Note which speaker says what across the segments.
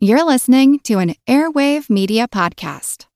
Speaker 1: You're listening to an Airwave Media Podcast.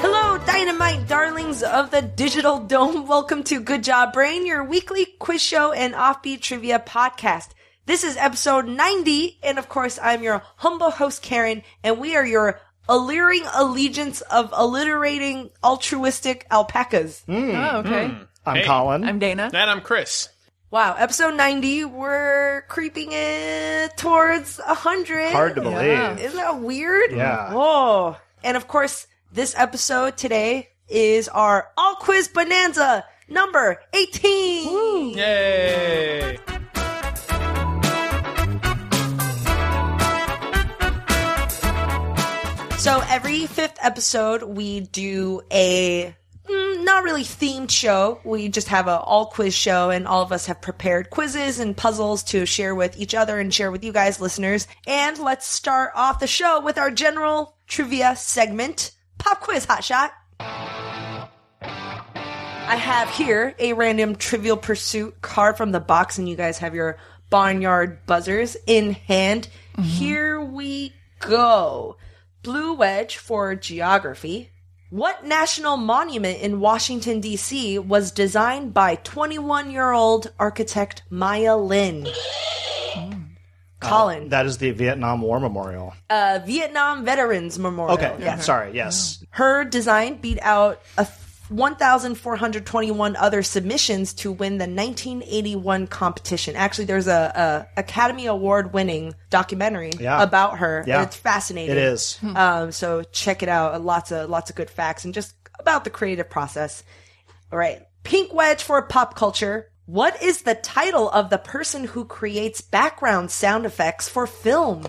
Speaker 2: Hello, dynamite darlings of the digital dome. Welcome to Good Job Brain, your weekly quiz show and offbeat trivia podcast. This is episode 90, and of course, I'm your humble host, Karen, and we are your alluring allegiance of alliterating altruistic alpacas.
Speaker 3: Oh, okay.
Speaker 4: I'm
Speaker 5: Hmm. Hey.
Speaker 4: Colin.
Speaker 3: I'm Dana.
Speaker 5: And I'm Chris.
Speaker 2: Wow, episode 90, we're creeping it towards 100.
Speaker 4: Hard to believe.
Speaker 2: Isn't that weird?
Speaker 4: Yeah.
Speaker 2: Oh. And of course, this episode today is our All Quiz Bonanza number 18.
Speaker 5: Yay!
Speaker 2: So every fifth episode, we do a mm, not really themed show. We just have a all quiz show, and all of us have prepared quizzes and puzzles to share with each other and share with you guys, listeners. And let's start off the show with our general trivia segment Pop Quiz Hot Shot. I have here a random Trivial Pursuit card from the box, and you guys have your barnyard buzzers in hand. Here we go. Blue Wedge for geography. What national monument in Washington, D.C. was designed by 21 year old architect Maya Lin? Colin,
Speaker 4: That is the Vietnam War Memorial.
Speaker 2: uh, Vietnam Veterans Memorial.
Speaker 4: Okay.
Speaker 3: Uh-huh.
Speaker 4: Sorry. Yes.
Speaker 3: Oh.
Speaker 2: Her design beat out a th- 1,421 other submissions to win the 1981 competition. Actually, there's a, a Academy Award winning documentary
Speaker 4: Yeah.
Speaker 2: about her.
Speaker 4: Yeah.
Speaker 2: It's fascinating.
Speaker 4: It is.
Speaker 3: Hmm.
Speaker 2: Um, so check it out. Lots of lots of good facts and just about the creative process. All right, pink wedge for pop culture. What is the title of the person who creates background sound effects for films?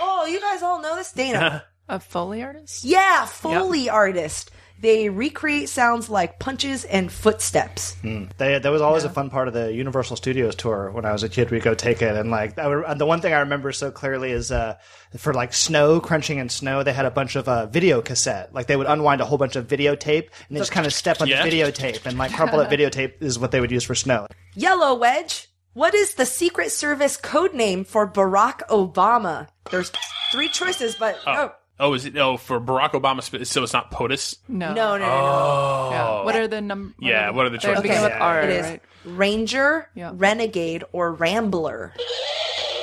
Speaker 2: Oh, you guys all know this, Dana.
Speaker 3: A Foley artist?
Speaker 2: yeah, Foley artist. They recreate sounds like punches and footsteps.
Speaker 4: They, that was always a fun part of the Universal Studios tour when I was a kid. We'd go take it, and like I would, the one thing I remember so clearly is uh, for like snow crunching and snow, they had a bunch of uh, video cassette. Like they would unwind a whole bunch of videotape, and they just kind of step on
Speaker 5: Yeah.
Speaker 4: the videotape and like crumple that videotape is what they would use for snow.
Speaker 2: Yellow Wedge, what is the Secret Service code name for Barack Obama? There's three choices, but oh,
Speaker 5: Oh, is it? Oh, for Barack Obama, sp- so it's not POTUS.
Speaker 3: No.
Speaker 2: no, no, no, no.
Speaker 3: Yeah. What are the numbers?
Speaker 5: Oh. Yeah, what are the choices?
Speaker 3: Begin with
Speaker 2: Oh, Okay.
Speaker 3: R,
Speaker 2: It is
Speaker 3: right?
Speaker 2: Ranger,
Speaker 3: Yeah.
Speaker 2: Renegade, or Rambler.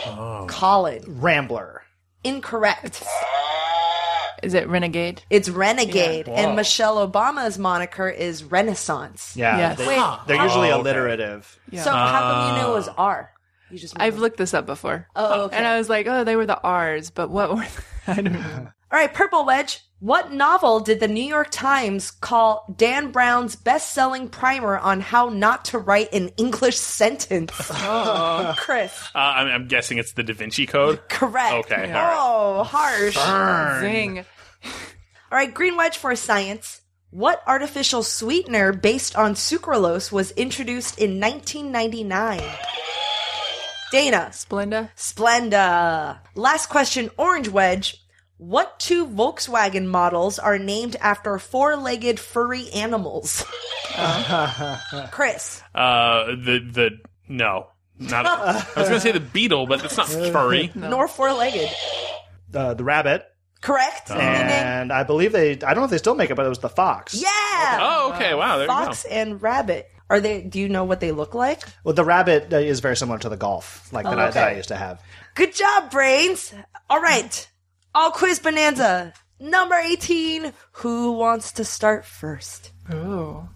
Speaker 2: Oh. Colin.
Speaker 4: Rambler.
Speaker 2: Incorrect.
Speaker 3: Is it Renegade?
Speaker 2: It's Renegade, and Michelle Obama's moniker is Renaissance.
Speaker 4: Yeah.
Speaker 3: Yes.
Speaker 4: They,
Speaker 3: Wait.
Speaker 4: are usually
Speaker 5: Oh, okay.
Speaker 4: alliterative.
Speaker 3: Yeah.
Speaker 2: So how come you knew it was R? You just
Speaker 3: I've looked this up before.
Speaker 2: Oh, okay.
Speaker 3: And I was like, oh, they were the R's, but what were I don't know.
Speaker 2: All right, Purple Wedge. What novel did the New York Times call Dan Brown's best-selling primer on how not to write an English sentence? Chris,
Speaker 5: Uh, I'm, I'm guessing it's the Da Vinci Code.
Speaker 2: correct.
Speaker 5: Okay, all right.
Speaker 2: Oh, harsh.
Speaker 3: Zing.
Speaker 2: All right, green wedge for science. What artificial sweetener based on sucralose was introduced in 1999? Dana,
Speaker 3: Splenda?
Speaker 2: Splenda. Last question, orange wedge. What two Volkswagen models are named after four-legged furry animals? Chris,
Speaker 5: Uh, the the no, not. I was gonna say the beetle, but it's not furry.
Speaker 2: nor four-legged.
Speaker 4: Uh, the rabbit.
Speaker 2: Correct. Ding, ding, ding.
Speaker 4: And I believe they, I don't know if they still make it, but it was the fox.
Speaker 2: Yeah.
Speaker 5: Oh, okay. Wow. There
Speaker 2: Fox and rabbit. Are they? Do you know what they look like?
Speaker 4: Well, the rabbit uh, is very similar to the golf, like
Speaker 3: Oh,
Speaker 4: that, I, that I used to have.
Speaker 2: Good job, brains. All right. All quiz bonanza. Number 18. Who wants to start first?
Speaker 3: Oh. All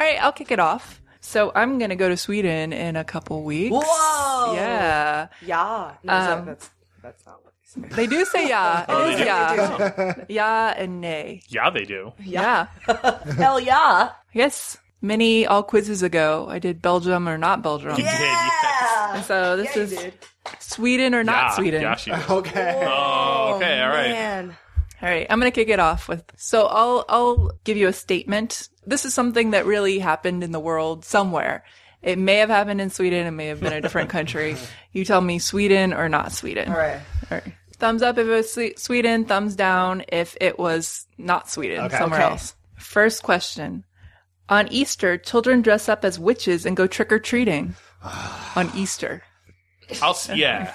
Speaker 3: right, I'll kick it off. So I'm going to go to Sweden in a couple weeks.
Speaker 2: Whoa.
Speaker 3: Yeah.
Speaker 2: Yeah. No,
Speaker 3: Um,
Speaker 2: that's, that's not what they say.
Speaker 3: They do say yeah.
Speaker 2: Oh,
Speaker 3: It is
Speaker 5: do?
Speaker 3: yeah.
Speaker 5: you go.
Speaker 3: Yeah and nay.
Speaker 5: Yeah, they do.
Speaker 3: Yeah.
Speaker 2: Hell yeah.
Speaker 3: Yes. Many all quizzes ago, I did Belgium or not Belgium.
Speaker 5: Yeah. yes.
Speaker 3: So this
Speaker 2: Yeah,
Speaker 3: is
Speaker 2: dude.
Speaker 3: Sweden or not
Speaker 5: yeah,
Speaker 3: Sweden.
Speaker 5: Yeah, she does.
Speaker 4: Okay.
Speaker 5: Oh, okay. All right.
Speaker 2: Man.
Speaker 3: All right, I'm gonna kick it off with. So I'll I'll give you a statement. This is something that really happened in the world somewhere. It may have happened in Sweden. It may have been a different country. You tell me Sweden or not Sweden.
Speaker 2: All right.
Speaker 3: All right. Thumbs up if it was Swe- Sweden, thumbs down if it was not Sweden,
Speaker 4: Okay.
Speaker 3: somewhere
Speaker 2: Okay.
Speaker 3: else. First question. On Easter, children dress up as witches and go trick or treating. on Easter.
Speaker 5: I'll s- yeah.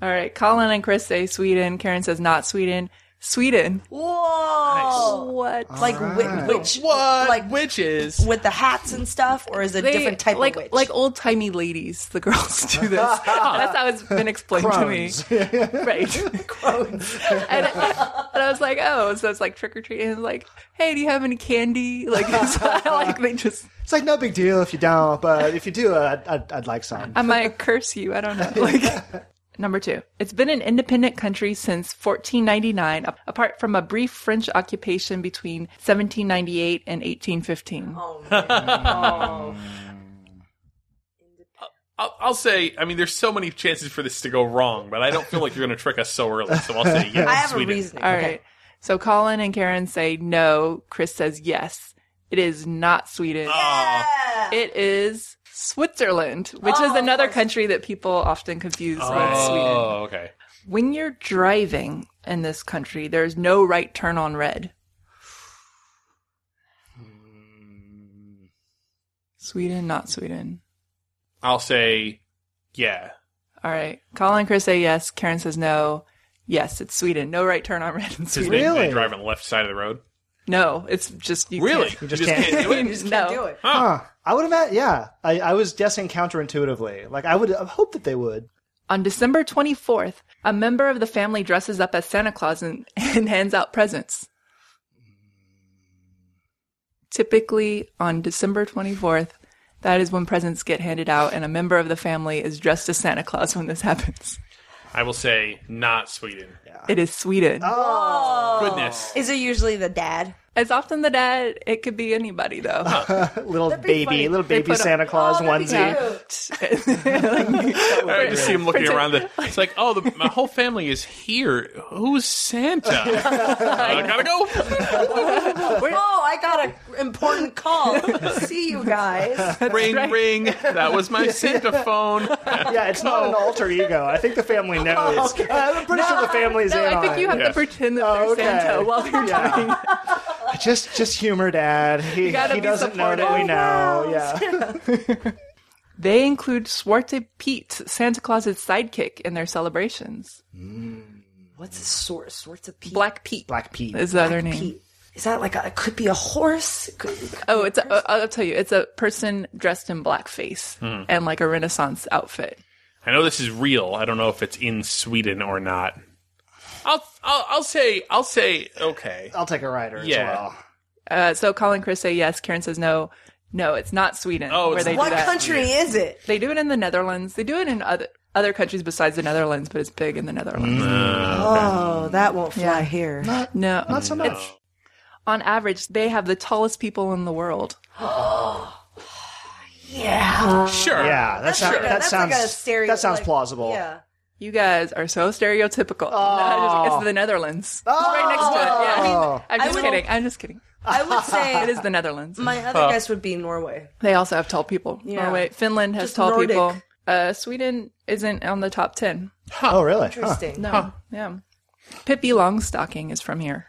Speaker 3: All right. Colin and Chris say Sweden. Karen says not Sweden. Sweden.
Speaker 2: Whoa!
Speaker 3: What?
Speaker 2: Like
Speaker 4: Alright.
Speaker 2: wi- witch,
Speaker 5: What?
Speaker 2: like
Speaker 5: witches?
Speaker 2: with the hats and stuff, or is it a
Speaker 3: They-
Speaker 2: different type
Speaker 3: like
Speaker 2: of witch?
Speaker 3: like old timey ladies. The girls do this. That's how it's been explained to me. Right. and, I, and I was like, oh, so it's like trick or treating. And like, hey, do you have any candy? Like, so I like they just.
Speaker 4: It's like no big deal if you don't, but if you do, uh, I'd, I'd, I'd like some.
Speaker 3: I might curse you. I don't know. Like. Number two, it's been an independent country since 1499, a- apart from a brief French occupation between 1798 and 1815.
Speaker 2: oh, man. Oh.
Speaker 5: I'll, I'll say. I mean, there's so many chances for this to go wrong, but I don't feel like you're going to trick us so early. So I'll say yes.
Speaker 2: I have
Speaker 5: Sweden.
Speaker 2: a reasoning.
Speaker 3: All right.
Speaker 2: Okay.
Speaker 3: So Colin and Karen say no. Chris says yes. It is not Sweden.
Speaker 2: Oh.
Speaker 5: Aw.
Speaker 2: Yeah.
Speaker 3: It is Switzerland, which is another country that people often confuse with Sweden.
Speaker 5: Oh, okay.
Speaker 3: When you're driving in this country, there's no right turn on red. Sweden, not Sweden.
Speaker 5: I'll say yeah.
Speaker 3: All right. Colin and Chris say yes. Karen says no. Yes, it's Sweden. No right turn on red in
Speaker 5: 'Cause
Speaker 3: Sweden.
Speaker 5: they- They,
Speaker 4: Really?
Speaker 5: drive on the left side of the road.
Speaker 3: No, it's just you
Speaker 5: Really?
Speaker 3: can't.
Speaker 4: You just can't.
Speaker 5: do it?
Speaker 3: You just can't
Speaker 2: do it.
Speaker 4: Huh. I would have, yeah. I, I was guessing counterintuitively. Like, I would I hope that they would.
Speaker 3: On December 24th, a member of the family dresses up as Santa Claus and, and hands out presents. Typically, on December 24th, that is when presents get handed out, and a member of the family is dressed as Santa Claus when this happens.
Speaker 5: I will say not Sweden.
Speaker 3: It is Sweden.
Speaker 4: Oh.
Speaker 5: Goodness.
Speaker 2: Is it usually the dad?
Speaker 3: It's often the dad. It could be anybody, though.
Speaker 4: little baby,
Speaker 2: funny.
Speaker 4: little
Speaker 3: They
Speaker 4: baby
Speaker 3: put a- Oh,
Speaker 4: Santa Claus onesie.
Speaker 3: Yeah.
Speaker 4: Oh,
Speaker 5: I just see him looking around. The, it's like, oh, the, my whole family is here. Who's Santa? I gotta go.
Speaker 2: Oh, I got an important call. See you guys.
Speaker 5: ring, ring. That was my Santa phone.
Speaker 4: Yeah, it's not an
Speaker 3: Oh.
Speaker 4: alter ego. I think the family knows. Uh, I'm pretty sure the family is
Speaker 3: no,
Speaker 4: in
Speaker 3: I
Speaker 4: on
Speaker 3: think
Speaker 4: it.
Speaker 3: you have
Speaker 5: Yeah.
Speaker 3: to pretend that
Speaker 4: Oh,
Speaker 3: they're
Speaker 4: okay.
Speaker 3: Santa while they're
Speaker 4: Yeah.
Speaker 3: talking.
Speaker 4: just just humor dad. He, he
Speaker 3: gotta be
Speaker 4: doesn't know that we
Speaker 3: supportive.
Speaker 4: know. Yeah.
Speaker 3: They include Swarte Pete, Santa Claus's sidekick, in their celebrations.
Speaker 2: What's a source? What's a Pete?
Speaker 3: Black Pete
Speaker 4: Black Pete.
Speaker 3: is the other name.
Speaker 2: Pete. Is that like a? It could be a horse. It could be-
Speaker 3: Oh, it's a, uh, I'll tell you, it's a person dressed in blackface
Speaker 5: Hmm.
Speaker 3: and like a Renaissance outfit.
Speaker 5: I know this is real. I don't know if it's in Sweden or not. I'll, I'll, I'll say, I'll say, okay.
Speaker 4: I'll take a rider
Speaker 5: Yeah.
Speaker 4: as well.
Speaker 3: Uh, so Colin Chris say yes, Karen says no. No, it's not Sweden
Speaker 5: Oh,
Speaker 3: where
Speaker 5: it's
Speaker 3: they
Speaker 5: not-
Speaker 3: do
Speaker 2: what
Speaker 3: that.
Speaker 2: country is it?
Speaker 3: They do it in the Netherlands. They do it in other other countries besides the Netherlands, but it's big in the Netherlands.
Speaker 2: Oh, that won't fly
Speaker 3: Yeah.
Speaker 2: here.
Speaker 5: Hmm.
Speaker 3: No,
Speaker 4: Not so much.
Speaker 3: on average, they have the tallest people in the world.
Speaker 2: Yeah.
Speaker 5: Sure.
Speaker 4: Uh, Yeah, that, sound,
Speaker 2: like a-
Speaker 4: that
Speaker 2: that's
Speaker 4: sounds
Speaker 2: like a stereo.
Speaker 4: that sounds
Speaker 2: like-
Speaker 4: plausible.
Speaker 2: Yeah.
Speaker 3: You guys are so stereotypical. No, it's the Netherlands. It's right next to it. Yeah, I mean, I'm
Speaker 2: Oh. I
Speaker 3: just
Speaker 2: would-
Speaker 3: kidding. I'm just kidding.
Speaker 2: Oh. I would say
Speaker 3: It is the Netherlands.
Speaker 2: My other guess would be Norway.
Speaker 3: They also have tall people.
Speaker 2: Yeah.
Speaker 3: Norway, Finland has
Speaker 2: Just
Speaker 3: tall
Speaker 2: Nordic.
Speaker 3: people. Uh, Sweden isn't on the top ten.
Speaker 4: Oh, really? Huh.
Speaker 2: Interesting.
Speaker 3: No, yeah. Pippi Longstocking is from here.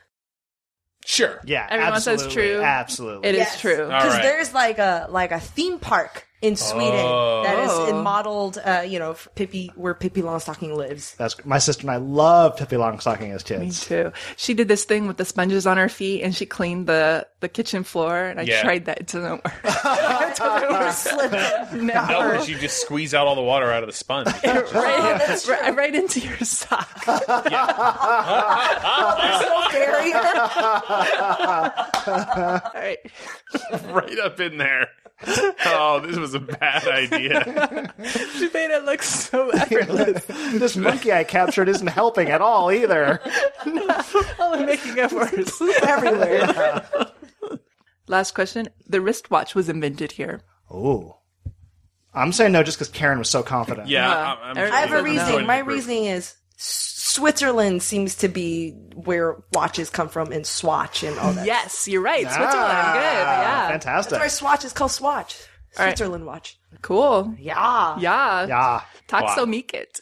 Speaker 5: Sure.
Speaker 4: Yeah,
Speaker 3: Everyone says
Speaker 4: absolutely.
Speaker 3: true.
Speaker 4: Absolutely.
Speaker 3: It is
Speaker 2: Yes.
Speaker 3: true.
Speaker 5: All
Speaker 2: Because
Speaker 5: right.
Speaker 2: there's like a like a theme park in Sweden
Speaker 5: Oh.
Speaker 2: that is in modeled, uh, you know, f- Pippi where Pippi Longstocking lives.
Speaker 4: That's my sister and I loved Pippi Longstocking as
Speaker 3: Me
Speaker 4: kids.
Speaker 3: too. She did this thing with the sponges on her feet, and she cleaned the the kitchen floor. And I
Speaker 5: Yeah.
Speaker 3: tried that; it doesn't work.
Speaker 2: Slip it.
Speaker 5: No, because you just squeeze out all the water out of the sponge.
Speaker 3: right, right, right into your sock.
Speaker 2: barrier.
Speaker 3: All right.
Speaker 5: right up in there. Oh, this was a bad idea.
Speaker 3: She made it look so effortless.
Speaker 4: this monkey I captured isn't helping at all either.
Speaker 3: Only making it worse.
Speaker 2: everywhere.
Speaker 3: Last question: The wristwatch was invented here.
Speaker 4: Ooh. I'm saying no just because Karen was so confident.
Speaker 5: Yeah,
Speaker 3: Yeah.
Speaker 5: I'm, I'm
Speaker 2: I have a
Speaker 5: I'm
Speaker 2: reason.
Speaker 5: joining
Speaker 2: My
Speaker 5: the group.
Speaker 2: reasoning is S- Switzerland seems to be where watches come from and Swatch and all that.
Speaker 3: Yes, you're right. Switzerland.
Speaker 4: Ah,
Speaker 3: Good. Yeah.
Speaker 4: Fantastic.
Speaker 2: That's why Swatch is called Swatch. Switzerland watch. Ah.
Speaker 3: Cool.
Speaker 2: Yeah.
Speaker 3: Yeah.
Speaker 4: yeah.
Speaker 3: Taxomiket.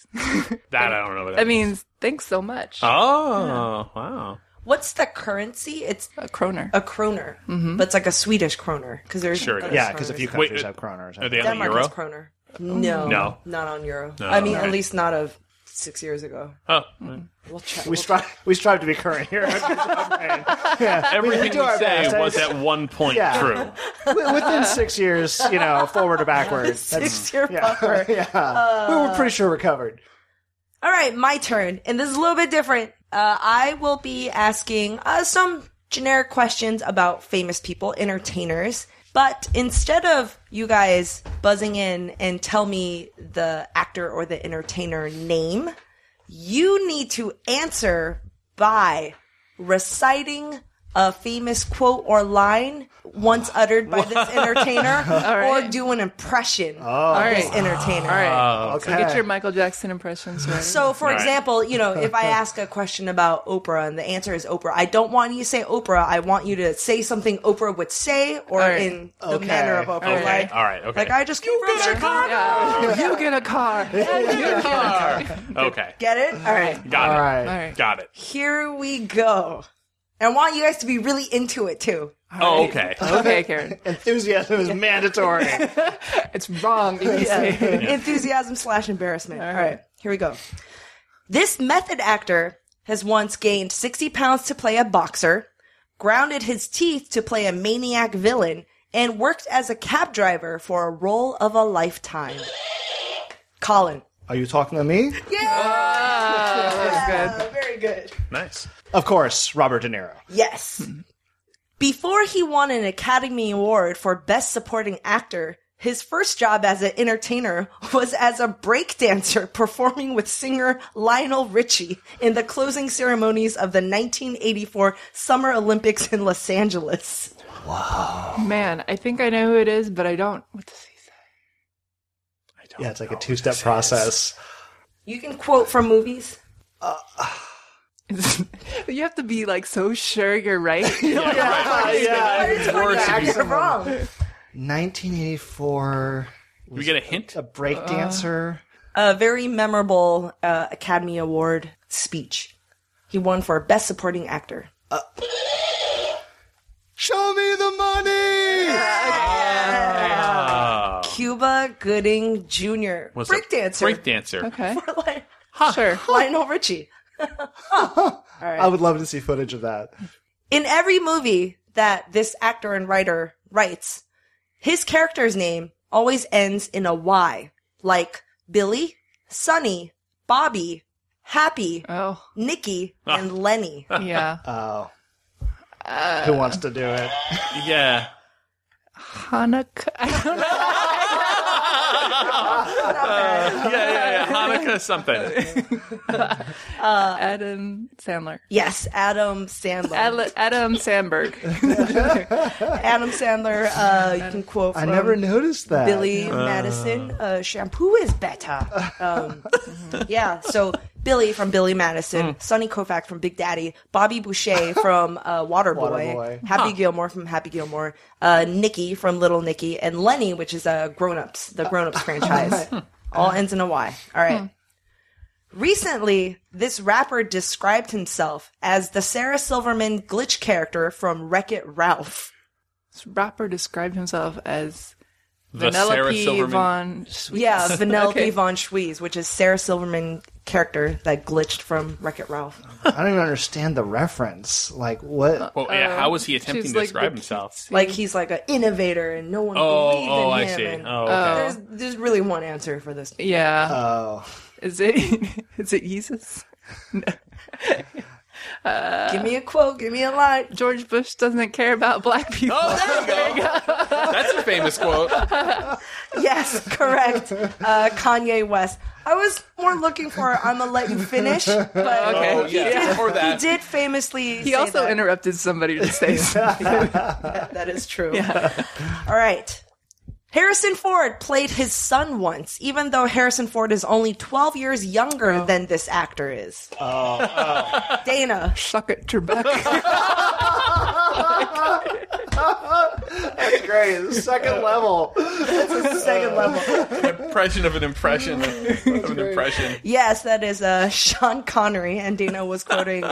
Speaker 5: That I don't know. What that
Speaker 3: That means Thanks so much.
Speaker 5: Oh, wow.
Speaker 2: What's the currency? It's
Speaker 3: a kroner.
Speaker 2: a kroner, but it's like a Swedish kroner because there's
Speaker 5: Sure it is.
Speaker 4: Yeah, because a few countries
Speaker 5: uh,
Speaker 4: have kroners.
Speaker 5: Are they on the
Speaker 2: Denmark
Speaker 5: euro?
Speaker 2: is kroner. No,
Speaker 5: No.
Speaker 2: not on euro. I mean,
Speaker 5: okay.
Speaker 2: at least not of six years ago.
Speaker 5: Oh,
Speaker 2: We'll check.
Speaker 4: we strive. We strive to be current here.
Speaker 5: everything
Speaker 4: do
Speaker 5: we,
Speaker 4: our
Speaker 5: say
Speaker 4: best. I
Speaker 5: was
Speaker 4: just-
Speaker 5: at one point
Speaker 4: Yeah.
Speaker 5: true.
Speaker 4: Wi- Within six years, you know, forward or backwards.
Speaker 2: six year
Speaker 4: yeah,
Speaker 2: buffer.
Speaker 4: yeah. We we're pretty sure we're covered.
Speaker 2: All right, my turn, and this is a little bit different. Uh, I will be asking uh, some generic questions about famous people, entertainers, but instead of you guys buzzing in and tell me the actor or the entertainer name, you need to answer by reciting a famous quote or line once uttered by this entertainer, or do an impression
Speaker 3: Oh. All
Speaker 2: of
Speaker 3: right.
Speaker 2: this entertainer.
Speaker 3: All
Speaker 5: Uh,
Speaker 3: right.
Speaker 4: Okay.
Speaker 3: Get your Michael Jackson impressions right.
Speaker 2: So, for
Speaker 5: Right.
Speaker 2: example, you know, if I ask a question about Oprah and the answer is Oprah, I don't want you to say Oprah. I want you to say something Oprah would say or
Speaker 3: All right.
Speaker 2: in the
Speaker 4: Okay.
Speaker 2: manner of Oprah.
Speaker 5: Okay.
Speaker 2: Like,
Speaker 5: All right. Okay.
Speaker 2: like I just came from Chicago.
Speaker 3: yeah. you get a car. You get a car.
Speaker 5: okay.
Speaker 2: Get it? All right.
Speaker 5: Got
Speaker 4: All
Speaker 5: it.
Speaker 4: right.
Speaker 3: All right.
Speaker 5: Got it.
Speaker 2: Here we go. I want you guys to be really into it too.
Speaker 5: Oh, okay.
Speaker 3: Okay, Karen.
Speaker 4: Enthusiasm is mandatory.
Speaker 3: It's wrong. You can say it.
Speaker 2: Enthusiasm slash embarrassment. All right. Here we go. This method actor has once gained 60 pounds to play a boxer, grounded his teeth to play a maniac villain, and worked as a cab driver for a role of a lifetime. Colin.
Speaker 4: Are you talking to me?
Speaker 2: Uh, very good.
Speaker 5: Nice.
Speaker 4: Of course, Robert De Niro.
Speaker 2: Yes. Before he won an Academy Award for Best Supporting Actor, his first job as an entertainer was as a breakdancer performing with singer Lionel Richie in the closing ceremonies of the 1984 Summer Olympics in Los Angeles.
Speaker 3: Man, I think I know who it is, but I don't. What does he say?
Speaker 5: I don't
Speaker 4: Yeah, it's like
Speaker 5: know
Speaker 4: a
Speaker 5: what
Speaker 4: two step
Speaker 5: this is.
Speaker 4: process.
Speaker 2: You can quote from movies.
Speaker 3: you have to be like so sure you're right.
Speaker 4: Uh, yeah.
Speaker 5: Words to be-
Speaker 2: You're wrong.
Speaker 4: 1984,
Speaker 5: we get a hint.
Speaker 4: a break dancer.
Speaker 2: A very memorable uh, Academy Award speech. He won for Best Supporting Actor.
Speaker 4: Show me the money!
Speaker 2: Cuba Gooding Jr.
Speaker 5: Was a
Speaker 2: breakdancer.
Speaker 5: Breakdancer.
Speaker 3: okay.
Speaker 2: Like,
Speaker 3: Sure.
Speaker 2: Lionel Richie.
Speaker 4: I would love to see footage of that.
Speaker 2: In every movie that this actor and writer writes, his character's name always ends in a Y, like Billy, Sonny, Bobby, Happy,
Speaker 3: Oh,
Speaker 2: Nicky, and Lenny.
Speaker 3: yeah.
Speaker 5: Uh.
Speaker 4: Oh. Who wants to do it?
Speaker 5: Yeah.
Speaker 3: Hanukkah. I don't know.
Speaker 5: Yeah, yeah, yeah. Hanukkah something.
Speaker 3: Adam Sandler.
Speaker 2: Yes, Adam Sandler.
Speaker 3: Ad- Adam Sandberg.
Speaker 2: Adam Sandler, uh, you can quote
Speaker 4: I
Speaker 2: from
Speaker 4: never noticed that.
Speaker 2: Billy Madison. Uh, shampoo is better. Um, yeah, so Billy from Billy Madison, Sonny Koufax from Big Daddy, Bobby Boucher from uh, Waterboy,
Speaker 4: Waterboy.
Speaker 2: Happy Gilmore from Happy Gilmore, uh, Nikki from Little Nicky, and Lenny, which is uh, Grown Ups, the Grown Ups franchise. All ends in a Y. All right. Recently, this rapper described himself as the Sarah Silverman glitch character from Wreck It Ralph.
Speaker 3: This rapper described himself as
Speaker 5: The
Speaker 3: Vanilla
Speaker 5: Sarah
Speaker 3: P.
Speaker 5: Silverman.
Speaker 3: Von Sweet.
Speaker 2: Yeah, Vanellope
Speaker 3: Okay.
Speaker 2: Von Schwees, which is Sarah Silverman character that glitched from Wreck It Ralph.
Speaker 4: I don't even understand the reference. Like, what?
Speaker 5: Well, yeah, how was he attempting
Speaker 3: she's
Speaker 5: to
Speaker 3: like
Speaker 5: describe
Speaker 3: the-
Speaker 5: himself?
Speaker 2: Like he's like an innovator, and no one
Speaker 5: Oh,
Speaker 2: believed
Speaker 5: oh,
Speaker 2: in
Speaker 5: I
Speaker 2: him.
Speaker 5: see.
Speaker 2: and
Speaker 5: Oh, okay.
Speaker 2: there's, there's really one answer for this.
Speaker 3: Yeah.
Speaker 4: Oh.
Speaker 3: is it? Is it Jesus? Uh.
Speaker 2: give me a quote. Give me a line.
Speaker 3: George Bush doesn't care about black people.
Speaker 5: Oh, there you go. That's a famous quote.
Speaker 2: Yes, correct. Uh, Kanye West. I was more looking for "I'm gonna let you finish," but
Speaker 3: Okay.
Speaker 5: Oh, yeah. Or
Speaker 2: he
Speaker 5: that.
Speaker 2: did famously.
Speaker 3: He
Speaker 2: say
Speaker 3: also
Speaker 2: that.
Speaker 3: interrupted somebody to say something.
Speaker 2: That is true. All right. Harrison Ford played his son once, even though Harrison Ford is only 12 years younger than this actor is. Oh, Dana.
Speaker 3: Suck it, Trebek.
Speaker 4: great. The second level. It's the second level.
Speaker 5: impression of an impression of an impression.
Speaker 2: Yes, that is uh, Sean Connery, and Dana was quoting.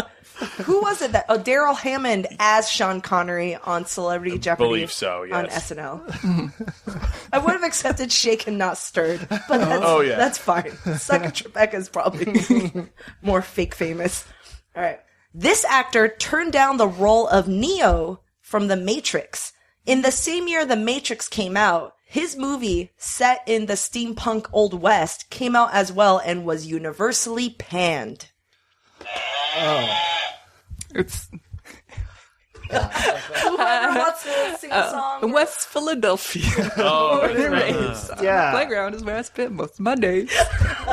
Speaker 2: who was it that? Oh, Daryl Hammond as Sean Connery on Celebrity Jeopardy.
Speaker 5: believe so, yes.
Speaker 2: On SNL. I would have accepted shaken, not stirred, but that's,
Speaker 5: Oh, yeah.
Speaker 2: that's fine. Sucker Trebekah's probably more fake famous. All right. This actor turned down the role of Neo from The Matrix. In the same year The Matrix came out, his movie, set in the steampunk Old West, came out as well and was universally panned.
Speaker 3: It's
Speaker 2: Whoever wants to sing a song.
Speaker 3: West Philadelphia.
Speaker 5: Oh,
Speaker 3: It
Speaker 5: right.
Speaker 3: rains.
Speaker 4: Yeah.
Speaker 3: Playground is where I spend most of my days.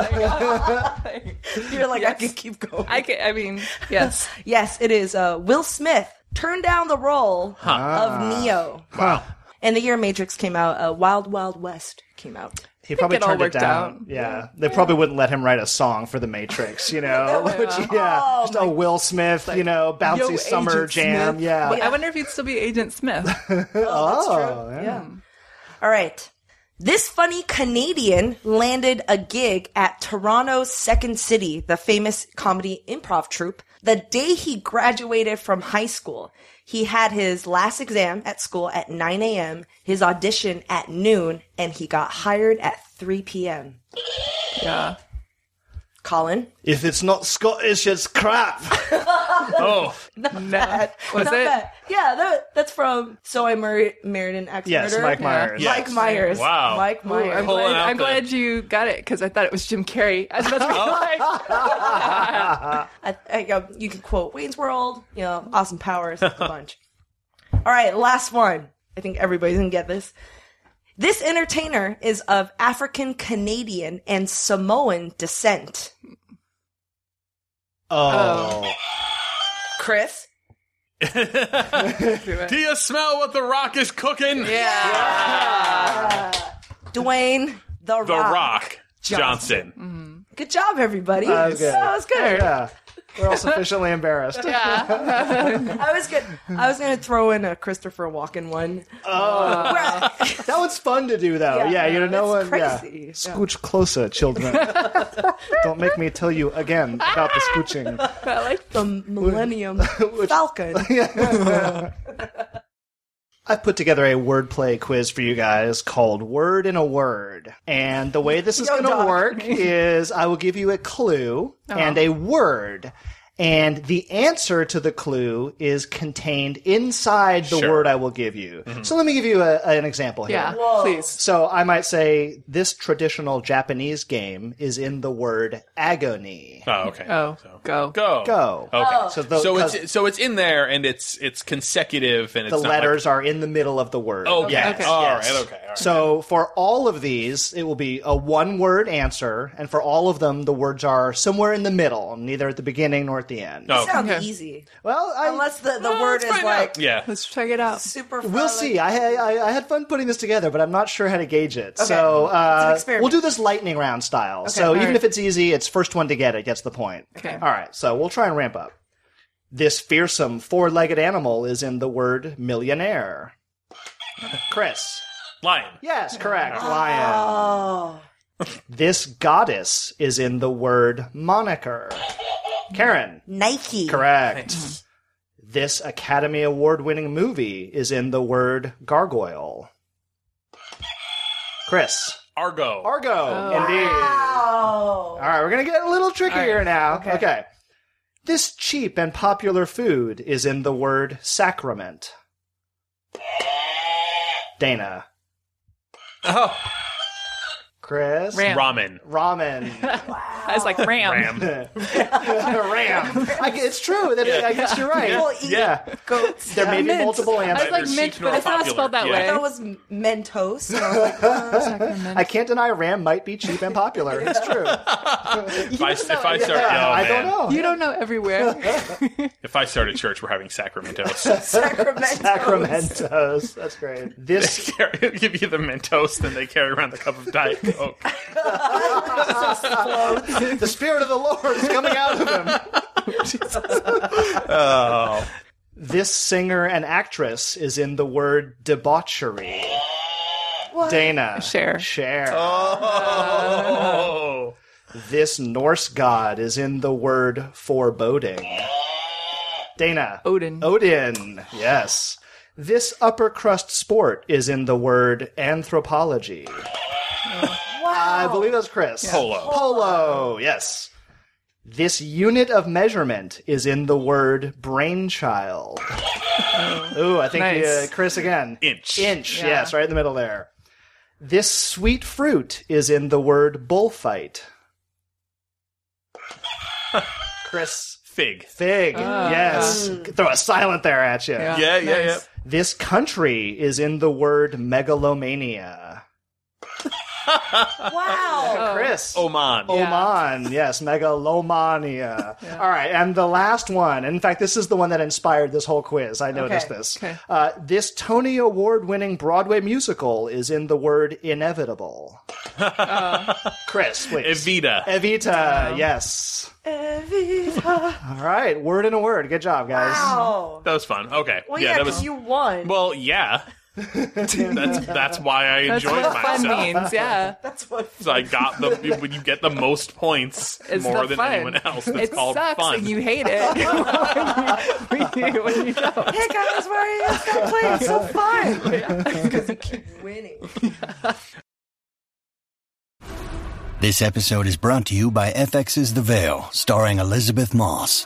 Speaker 2: You're like, I
Speaker 3: Yes.
Speaker 2: can keep going.
Speaker 3: I can, I mean, yes.
Speaker 2: yes, it is. Uh, Will Smith turned down the role of Neo.
Speaker 4: Wow.
Speaker 2: And the year Matrix came out, uh, Wild Wild West came out.
Speaker 4: He probably
Speaker 3: it all
Speaker 4: turned it
Speaker 3: worked
Speaker 4: down.
Speaker 3: out.
Speaker 4: Yeah. They probably wouldn't let him write a song for The Matrix, you know? Which, yeah. Just a Will Smith, you know,
Speaker 3: Yo,
Speaker 4: bouncy
Speaker 3: Agent
Speaker 4: summer jam.
Speaker 3: Smith.
Speaker 4: Yeah.
Speaker 3: I wonder if he'd still be Agent Smith.
Speaker 4: oh, yeah.
Speaker 2: All right. This funny Canadian landed a gig at Toronto's Second City, the famous comedy improv troupe, the day he graduated from high school. He had his last exam at school at 9 a.m., his audition at noon, and he got hired at 3 p.m.
Speaker 3: Yeah.
Speaker 2: Colin?
Speaker 4: If it's not Scottish, it's crap.
Speaker 5: Oh,
Speaker 3: Nah. Was
Speaker 2: Not
Speaker 3: it?
Speaker 2: bad. Yeah, that, that's from So I Mar- Married an Axe
Speaker 4: yes,
Speaker 2: Murderer.
Speaker 4: Mike Myers.
Speaker 5: Yeah.
Speaker 2: Mike Myers.
Speaker 5: Wow.
Speaker 2: Mike
Speaker 3: Ooh, I'm,
Speaker 2: Myers.
Speaker 5: Pulling
Speaker 3: glad,
Speaker 5: out
Speaker 3: I'm
Speaker 5: the-
Speaker 3: glad you got it because I thought it was Jim Carrey. I- That's what
Speaker 5: Oh.
Speaker 3: I was
Speaker 2: I, I, you know, you can quote Wayne's World, you know, Awesome Powers, a bunch. All right, last one. I think everybody's gonna get this. This entertainer is of African Canadian and Samoan descent.
Speaker 4: Oh.
Speaker 2: Chris,
Speaker 5: do you smell what the Rock is cooking?
Speaker 3: yeah.
Speaker 2: Dwayne, The,
Speaker 5: The
Speaker 2: Rock.
Speaker 5: Rock Johnson.
Speaker 2: Good job, everybody.
Speaker 4: That was good.
Speaker 2: That was good.
Speaker 4: Yeah. We're all sufficiently embarrassed.
Speaker 2: I was good. I was gonna throw in a Christopher Walken one. Oh,
Speaker 4: That one's fun to do, though.
Speaker 2: Yeah.
Speaker 4: Yeah, you know, no
Speaker 2: It's
Speaker 4: one.
Speaker 2: crazy. Yeah.
Speaker 4: Yeah. Scooch closer, children. Don't make me tell you again about the scooching.
Speaker 3: I like
Speaker 2: the Millennium Falcon.
Speaker 4: I put together a wordplay quiz for you guys called Word in a Word. And the way this is
Speaker 2: Yo,
Speaker 4: going to
Speaker 2: Doc.
Speaker 4: work is I will give you a clue and a word. And the answer to the clue is contained inside the
Speaker 5: Sure. Mm-hmm.
Speaker 4: word I will give you. So let me give you a, an example here.
Speaker 3: Yeah, please.
Speaker 4: So I might say this traditional Japanese game is in the word agony.
Speaker 5: Oh, okay.
Speaker 3: Oh,
Speaker 5: So-
Speaker 3: go.
Speaker 5: Go.
Speaker 4: Go. Oh.
Speaker 5: Okay.
Speaker 4: So, the,
Speaker 5: So
Speaker 4: 'cause
Speaker 5: it's so it's in there and it's it's consecutive and it's
Speaker 4: the
Speaker 5: not like-
Speaker 4: letters are in the middle of the word.
Speaker 5: Oh, okay.
Speaker 4: yes.
Speaker 5: Okay. All
Speaker 4: yes.
Speaker 5: right, okay, all right.
Speaker 4: So for all of these, it will be a one-word answer, and for all of them, the words are somewhere in the middle, neither at the beginning nor at the end.
Speaker 5: Oh.
Speaker 2: Sounds
Speaker 3: Okay.
Speaker 2: easy,
Speaker 4: Well, I,
Speaker 2: unless the, the word is
Speaker 5: Let's find out.
Speaker 2: like
Speaker 5: yeah.
Speaker 3: Let's check it out.
Speaker 2: super.
Speaker 4: We'll
Speaker 2: fun,
Speaker 4: see. I, I I had fun putting this together, but I'm not sure how to gauge it. So uh,
Speaker 2: experiment.
Speaker 4: we'll do this lightning round style. so
Speaker 3: all
Speaker 4: even
Speaker 3: right.
Speaker 4: if it's easy, it's first one to get it gets the point.
Speaker 3: Okay.
Speaker 4: All right. So we'll try and ramp up. This fearsome four-legged animal is in the word millionaire. Chris.
Speaker 5: Lion.
Speaker 4: Yes, correct. Lion.
Speaker 2: Oh.
Speaker 4: This goddess is in the word moniker. Karen.
Speaker 2: Nike.
Speaker 4: Correct. This Academy Award winning movie is in the word gargoyle. Chris.
Speaker 5: Argo.
Speaker 4: Argo. Indeed.
Speaker 2: Oh.
Speaker 4: All right, we're going to get a little tricky here now. Okay. This cheap and popular food is in the word sacrament. Dana.
Speaker 5: oh.
Speaker 4: Chris.
Speaker 3: Ram.
Speaker 5: Ramen.
Speaker 4: Ramen.
Speaker 3: I was like, ram.
Speaker 5: Ram.
Speaker 4: ram. I, gu- it's true. That I guess you're right.
Speaker 2: People eat
Speaker 4: yeah.
Speaker 2: goats.
Speaker 4: There may be
Speaker 2: Mint.
Speaker 4: multiple
Speaker 3: I was
Speaker 4: answers.
Speaker 3: like
Speaker 5: Neither
Speaker 3: mint,
Speaker 5: chic
Speaker 3: but
Speaker 5: nor
Speaker 3: it's not
Speaker 5: popular.
Speaker 3: spelled that
Speaker 5: Yeah.
Speaker 2: I thought
Speaker 3: way.
Speaker 2: it was Mentos. and I was like,
Speaker 4: I can't deny ram might be cheap and popular. It's true.
Speaker 5: If I, if I start,
Speaker 4: Yeah,
Speaker 5: oh,
Speaker 4: I
Speaker 5: man.
Speaker 4: don't know.
Speaker 3: You don't know everywhere.
Speaker 5: If I start at church, we're having Sacramentos.
Speaker 2: Sacramento.
Speaker 4: Sacramentos. That's great. This
Speaker 5: Give you the Mentos, then they carry around the cup of Diet Coke.
Speaker 4: the spirit of the Lord is coming out of him.
Speaker 5: Oh.
Speaker 4: This singer and actress is in the word debauchery. Dana.
Speaker 3: Cher.
Speaker 4: Cher. Oh.
Speaker 5: Oh,
Speaker 4: This Norse god is in the word foreboding. Dana.
Speaker 3: Odin.
Speaker 5: Oh,
Speaker 4: Odin. Yes. This upper crust sport is in the word anthropology. I believe that's Chris.
Speaker 5: Polo.
Speaker 4: Polo. Yes. This unit of measurement is in the word brainchild. Ooh, I think
Speaker 3: Nice.
Speaker 4: uh, Chris again.
Speaker 5: Inch.
Speaker 4: Inch,
Speaker 3: Yeah.
Speaker 4: yes, right in the middle there. This sweet fruit is in the word bullfight. Chris.
Speaker 5: Fig.
Speaker 4: Fig, yes. Throw a silent there at you.
Speaker 3: Yeah.
Speaker 5: Yeah, yeah, yeah.
Speaker 3: Uh, Nice.
Speaker 4: This country is in the word megalomania.
Speaker 2: Wow.
Speaker 4: Chris.
Speaker 5: Oman.
Speaker 4: Oh,
Speaker 3: Oh.
Speaker 4: Oman, yes, megalomania. All right, and the last one. In fact, this is the one that inspired this whole quiz. I noticed
Speaker 2: Okay,
Speaker 4: this. Uh, this Tony Award-winning Broadway musical is in the word inevitable. Chris, please.
Speaker 5: Evita.
Speaker 4: Evita, yes.
Speaker 2: Evita.
Speaker 4: All right, word in a word. Good job, guys.
Speaker 2: Wow.
Speaker 5: That was fun. Okay.
Speaker 2: Well, yeah,
Speaker 5: that
Speaker 2: 'cause
Speaker 5: was.
Speaker 2: you won.
Speaker 5: Well, yeah. that's that's why I
Speaker 3: That's
Speaker 5: enjoyed
Speaker 3: what fun
Speaker 5: myself.
Speaker 3: means. Yeah.
Speaker 2: That's what.
Speaker 5: So I got the when you get the most points
Speaker 3: It's
Speaker 5: more
Speaker 3: the
Speaker 5: than
Speaker 3: fun.
Speaker 5: anyone else. That's
Speaker 3: it
Speaker 5: called
Speaker 3: sucks
Speaker 5: fun.
Speaker 3: and you hate it when you, when you, when you don't.
Speaker 2: Hey guys, why are you still playing? It's so fun. Because you keep winning.
Speaker 6: This episode is brought to you by FX's The Veil, starring Elizabeth Moss.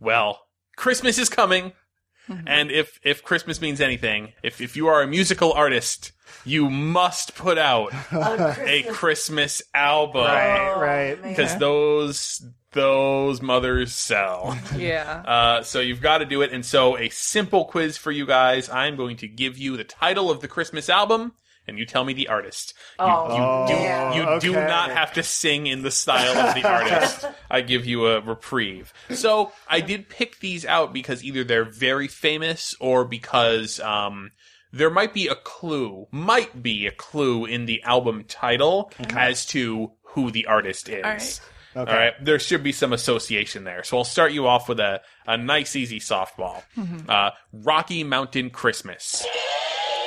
Speaker 5: well, Christmas is coming.
Speaker 3: Mm-hmm.
Speaker 5: And if if Christmas means anything, if if you are a musical artist, you must put out a Christmas album
Speaker 4: Right, right.
Speaker 5: because those those mothers sell.
Speaker 3: Yeah.
Speaker 5: Uh, so you've got to do it. And so a simple quiz for you guys. I'm going to give you the title of the Christmas album. And you tell me the artist. You,
Speaker 2: Oh,
Speaker 5: you, do,
Speaker 2: man.
Speaker 5: you do
Speaker 4: Okay.
Speaker 5: not have to sing in the style of the artist. I give you a reprieve. So I did pick these out because either they're very famous or because um, there might be a clue, might be a clue in the album title as to who the artist is.
Speaker 3: right.
Speaker 5: All right. There should be some association there. So I'll start you off with a, a nice, easy softball. Uh, Rocky Mountain Christmas.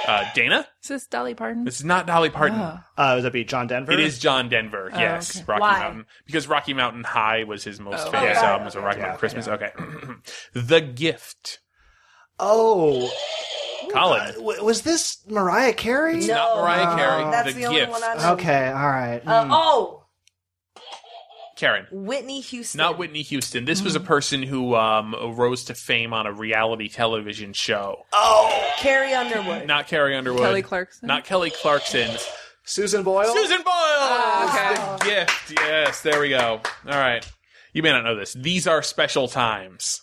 Speaker 5: Uh, Dana?
Speaker 3: Is this Dolly Parton?
Speaker 5: This is not Dolly Parton.
Speaker 4: Uh, would that be John Denver?
Speaker 5: It is John Denver. yes.
Speaker 3: okay.
Speaker 5: Rocky
Speaker 2: Why?
Speaker 5: Mountain. Because Rocky Mountain High was his most
Speaker 3: Oh,
Speaker 5: famous
Speaker 2: okay.
Speaker 5: album. So Rocky Mountain Christmas. Okay. the Gift.
Speaker 4: Oh, Uh,
Speaker 5: Colin.
Speaker 4: w- was this Mariah Carey?
Speaker 2: No.
Speaker 5: Not Mariah Carey.
Speaker 2: That's
Speaker 5: the,
Speaker 2: the,
Speaker 5: Gift.
Speaker 2: only one I know.
Speaker 4: Okay, all right.
Speaker 2: Uh, oh,
Speaker 5: Karen.
Speaker 2: Whitney Houston.
Speaker 5: Not Whitney Houston. This was a person who um, rose to fame on a reality television show.
Speaker 2: Carrie Underwood.
Speaker 5: Not Carrie Underwood.
Speaker 3: Kelly Clarkson?
Speaker 5: Not Kelly Clarkson.
Speaker 4: Susan Boyle.
Speaker 5: Susan Boyle.
Speaker 3: okay.
Speaker 5: The gift. Yes, there we go. All right. You may not know this. These are special times.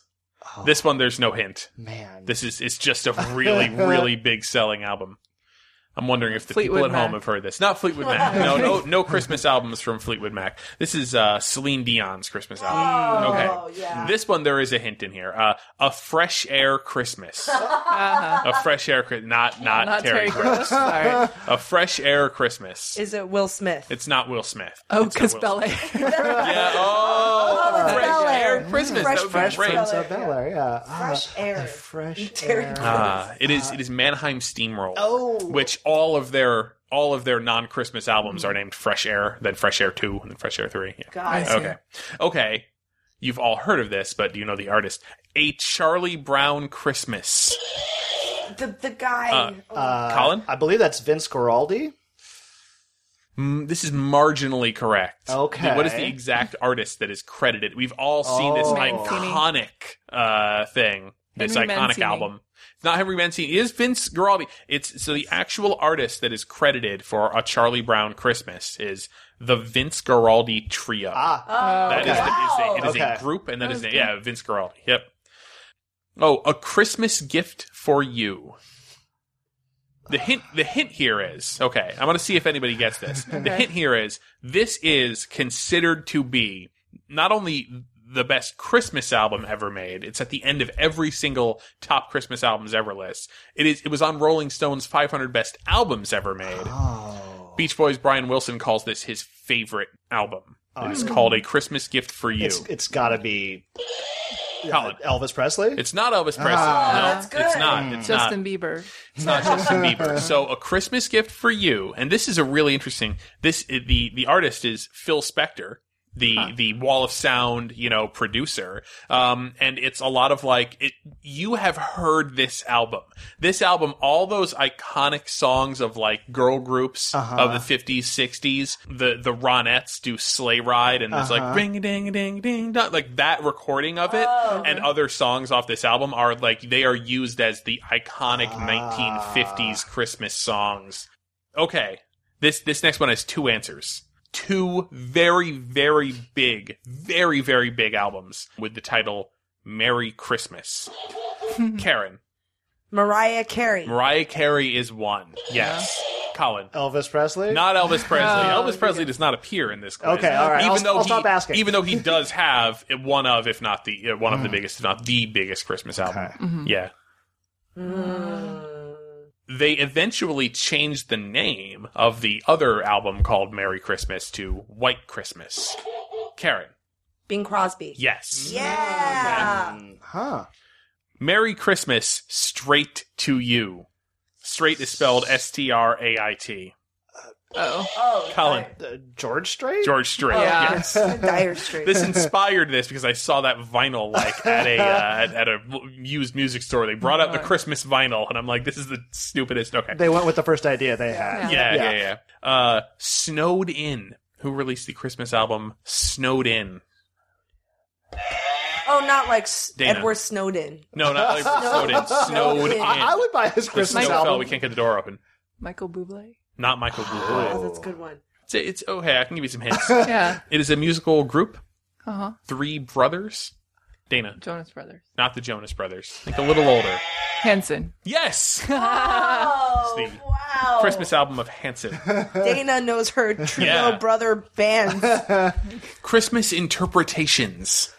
Speaker 5: This one, there's no hint.
Speaker 4: Man.
Speaker 5: This is it's just a really, really big selling album. I'm wondering if the
Speaker 3: Fleetwood
Speaker 5: people at home
Speaker 3: Mac.
Speaker 5: have heard this. Not Fleetwood Mac. No, no, no Christmas albums from Fleetwood Mac. This is uh, Celine Dion's Christmas album.
Speaker 2: Oh,
Speaker 5: okay.
Speaker 2: yeah.
Speaker 5: This one there is a hint in here. Uh, a fresh air Christmas. A fresh air. Chri- Not not,
Speaker 3: Not Terry
Speaker 5: Terry. Crews.
Speaker 3: Crews. Sorry.
Speaker 5: A fresh air Christmas.
Speaker 2: Is it Will Smith?
Speaker 5: It's not Will Smith.
Speaker 3: Oh, because Bella.
Speaker 5: Yeah. Oh,
Speaker 2: that's
Speaker 5: fresh
Speaker 2: Bel Air.
Speaker 5: air Christmas.
Speaker 2: Fresh
Speaker 5: that would be
Speaker 4: Fresh
Speaker 5: great.
Speaker 4: Prince of Bel Air, yeah.
Speaker 2: Fresh
Speaker 4: Ah,
Speaker 2: air.
Speaker 4: Fresh
Speaker 2: Terry
Speaker 4: air.
Speaker 2: Crews.
Speaker 5: Ah, it is. It is Mannheim Steamroll.
Speaker 4: Oh.
Speaker 5: which all of their all of their non Christmas albums are named Fresh Air, then Fresh Air Two, and then Fresh Air Three. Yeah.
Speaker 2: Got it.
Speaker 5: Okay, okay. You've all heard of this, but do you know the artist? A Charlie Brown Christmas.
Speaker 2: The, the guy.
Speaker 4: Uh,
Speaker 5: Colin?
Speaker 4: I believe that's Vince Guaraldi.
Speaker 5: Mm, This is marginally correct.
Speaker 4: Okay.
Speaker 5: What is the exact artist that is credited? We've all seen this
Speaker 4: Oh.
Speaker 3: Mancini.
Speaker 5: iconic uh, thing, this
Speaker 3: Henry
Speaker 5: iconic
Speaker 3: Mancini.
Speaker 5: album. It's not Henry Mancini. It is Vince Guaraldi. It's so the actual artist that is credited for a Charlie Brown Christmas is the Vince Guaraldi Trio.
Speaker 4: Ah,
Speaker 2: Uh,
Speaker 5: That is the, is a, it is
Speaker 4: Okay.
Speaker 5: a group, and that is a, yeah, Vince Guaraldi. Yep. Oh, a Christmas gift for you. The hint, the hint here is okay. I'm gonna see if anybody gets this. The hint here is this is considered to be not only the best Christmas album ever made. It's at the end of every single top Christmas albums ever list. It is. It was on Rolling Stone's 500 best albums ever made. Beach Boys' Brian Wilson calls this his favorite album. it's called A Christmas Gift for You.
Speaker 4: it's,
Speaker 5: It's,
Speaker 4: it's got to be uh,
Speaker 5: Colin.
Speaker 4: Elvis Presley.
Speaker 5: not Elvis Presley. no, it's not. It's not.
Speaker 3: Justin Bieber.
Speaker 5: It's not Justin Bieber. So, a Christmas gift for you, and this is a really interesting. This the the artist is Phil Spector, the the Wall of Sound, you know, producer. Um, and it's a lot of like it. You have heard this album. This album, all those iconic songs of like girl groups of the fifties, sixties. The the Ronettes do Sleigh Ride, and it's like ring a ding a ding ding dong. Like that recording of it, and other songs off this album are like they are used as the iconic nineteen fifties Christmas songs. Okay, this this next one has two answers. Two very very big, very very big albums with the title "Merry Christmas." Karen,
Speaker 2: Mariah Carey.
Speaker 5: Mariah Carey is one. Yes, Colin.
Speaker 4: Elvis Presley.
Speaker 5: Not Elvis Presley. Elvis Presley does not appear in this quiz.
Speaker 4: Uh, Okay, all right.
Speaker 5: Even
Speaker 4: I'll-
Speaker 5: though
Speaker 4: I'll
Speaker 5: he,
Speaker 4: stop asking. Mm.
Speaker 5: Even though he does have one of, if not the uh, one of the biggest, if not the biggest Christmas album.
Speaker 4: Okay. Mm.
Speaker 5: Yeah. They eventually changed the name of the other album called Merry Christmas to White Christmas. Karen.
Speaker 2: Bing Crosby.
Speaker 5: Yes.
Speaker 2: Yeah.
Speaker 4: Mm, huh?
Speaker 5: Merry Christmas straight to you. Straight is spelled S T R A I T.
Speaker 3: Oh,
Speaker 2: Oh,
Speaker 5: Colin.
Speaker 4: Uh, George Strait.
Speaker 5: George Strait.
Speaker 3: Yeah.
Speaker 5: Yes.
Speaker 2: Dire Straits.
Speaker 5: this inspired this because I saw that vinyl like at a uh, at, at a used music store. They brought out the Christmas vinyl, and I'm like, this is the stupidest. Okay,
Speaker 4: They went with the first idea they had.
Speaker 5: yeah, yeah, yeah. Uh, Snowed In, who released the Christmas album Snowed In?
Speaker 2: Oh, not like S-
Speaker 5: Dana.
Speaker 2: Edward Snowden.
Speaker 5: No, not like Snowed In. Snowed In.
Speaker 4: I, I would buy his
Speaker 5: the
Speaker 4: Christmas
Speaker 5: snow fell.
Speaker 4: album.
Speaker 5: We can't get the door open.
Speaker 3: Michael Bublé.
Speaker 5: Not Michael Bublé.
Speaker 2: Oh, that's a good one.
Speaker 5: It's, it's okay. I can give you some hints.
Speaker 3: Yeah.
Speaker 5: it is a musical group.
Speaker 3: Uh huh.
Speaker 5: Three brothers. Dana,
Speaker 3: Jonas Brothers.
Speaker 5: not the Jonas Brothers. Like a little older.
Speaker 3: Hanson.
Speaker 5: Yes.
Speaker 2: Oh,
Speaker 5: It's the
Speaker 2: wow.
Speaker 5: Christmas album of Hanson.
Speaker 2: Dana knows her trio
Speaker 5: Yeah.
Speaker 2: brother bands.
Speaker 5: Christmas interpretations.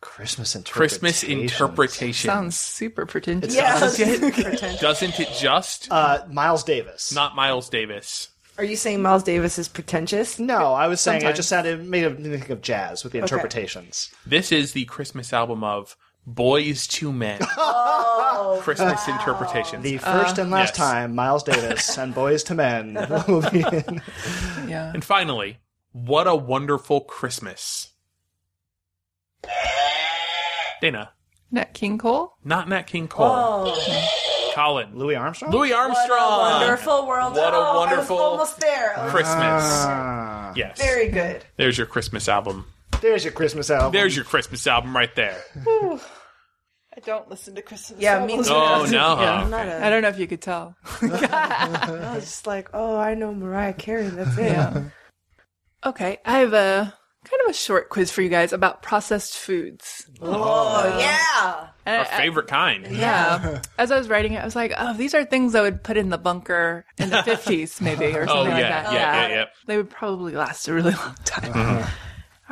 Speaker 4: Christmas interpretation.
Speaker 5: Christmas interpretations.
Speaker 3: Sounds super pretentious.
Speaker 2: yeah.
Speaker 5: Doesn't it just?
Speaker 4: Uh, Miles Davis.
Speaker 5: Not Miles Davis.
Speaker 2: Are you saying Miles Davis is pretentious?
Speaker 4: no, I was saying it just sounded made me think of jazz with the interpretations.
Speaker 5: This is the Christmas album of Boys to Men.
Speaker 2: Oh,
Speaker 5: Christmas interpretations.
Speaker 4: The first and last
Speaker 5: yes.
Speaker 4: time Miles Davis and Boys to Men will be in.
Speaker 3: Yeah.
Speaker 5: and finally, What a Wonderful Christmas. Dana,
Speaker 3: Nat King Cole.
Speaker 5: not Nat King Cole.
Speaker 2: Oh.
Speaker 5: Colin.
Speaker 4: Louis Armstrong.
Speaker 5: Louis Armstrong.
Speaker 2: Wonderful world.
Speaker 5: What a
Speaker 2: Oh, I was
Speaker 5: wonderful-
Speaker 2: almost there.
Speaker 5: Christmas.
Speaker 4: Ah.
Speaker 5: yes.
Speaker 2: Very good.
Speaker 5: There's your Christmas album.
Speaker 4: There's your Christmas album.
Speaker 5: There's your Christmas album right there.
Speaker 3: Uh, I don't listen to Christmas.
Speaker 2: Yeah, me too.
Speaker 5: Oh, no.
Speaker 2: I'm not a,
Speaker 3: I don't know if you could tell.
Speaker 2: I was just like, oh, I know Mariah Carey. That's it.
Speaker 3: Yeah. okay, I have a kind of a short quiz for you guys about processed foods.
Speaker 2: Oh, yeah.
Speaker 5: Our favorite kind.
Speaker 3: uh, Yeah. As I was writing it, I was like, oh, these are things I would put in the bunker in the 50s, maybe, or something
Speaker 5: Oh,
Speaker 3: like
Speaker 5: yeah,
Speaker 3: that.
Speaker 5: yeah, yeah, yeah.
Speaker 3: They would probably last a really long time.
Speaker 5: Mm-hmm.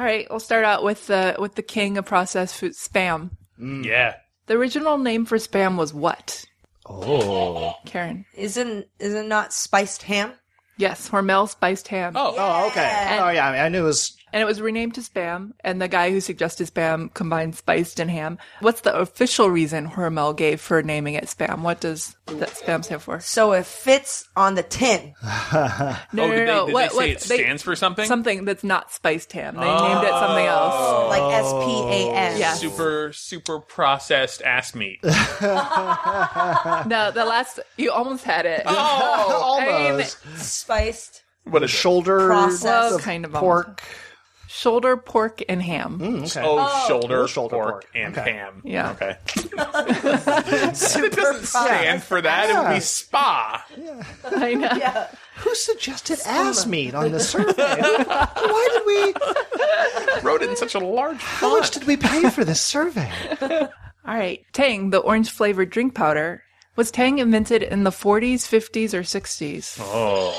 Speaker 3: All right, we'll start out with the with the king of processed food, spam.
Speaker 5: Mm. Yeah.
Speaker 3: The original name for spam was what?
Speaker 4: Oh.
Speaker 3: Karen.
Speaker 2: Isn't is it not spiced ham?
Speaker 3: Yes, Hormel spiced ham.
Speaker 5: Oh,
Speaker 4: Oh, okay. oh, yeah. I, mean, I knew it was.
Speaker 3: And it was renamed to spam, and the guy who suggested spam combined spiced and ham. What's the official reason Hormel gave for naming it spam? What does that spam stand for?
Speaker 2: So it fits on the tin.
Speaker 3: No,
Speaker 5: oh,
Speaker 3: no,
Speaker 5: did
Speaker 3: no.
Speaker 5: they, did
Speaker 3: What-
Speaker 5: they say
Speaker 3: what-
Speaker 5: it
Speaker 3: they-
Speaker 5: stands for something? Oh.
Speaker 3: Something that's not spiced ham. They named it something else.
Speaker 2: Like S P A N.
Speaker 3: Yes.
Speaker 5: Super, super processed ass meat.
Speaker 3: No, the last you almost had it.
Speaker 5: Oh,
Speaker 3: I mean,
Speaker 4: Almost.
Speaker 2: Spiced.
Speaker 5: What is it?
Speaker 4: shoulder
Speaker 2: Process.
Speaker 3: Well, kind of
Speaker 4: pork.
Speaker 3: shoulder, pork, and ham.
Speaker 4: Okay.
Speaker 5: Oh, shoulder,
Speaker 4: little shoulder
Speaker 5: pork,
Speaker 4: pork.
Speaker 5: and
Speaker 4: Okay.
Speaker 5: ham.
Speaker 3: Yeah.
Speaker 5: Okay. it doesn't stand for that. It would be spa.
Speaker 3: I know.
Speaker 4: Who suggested ass meat on the survey? Why did we?
Speaker 5: Wrote it in such a large.
Speaker 4: How much did we pay for this survey?
Speaker 3: All right. Tang, the orange flavored drink powder, was Tang invented in the 40s, 50s, or 60s? Oh.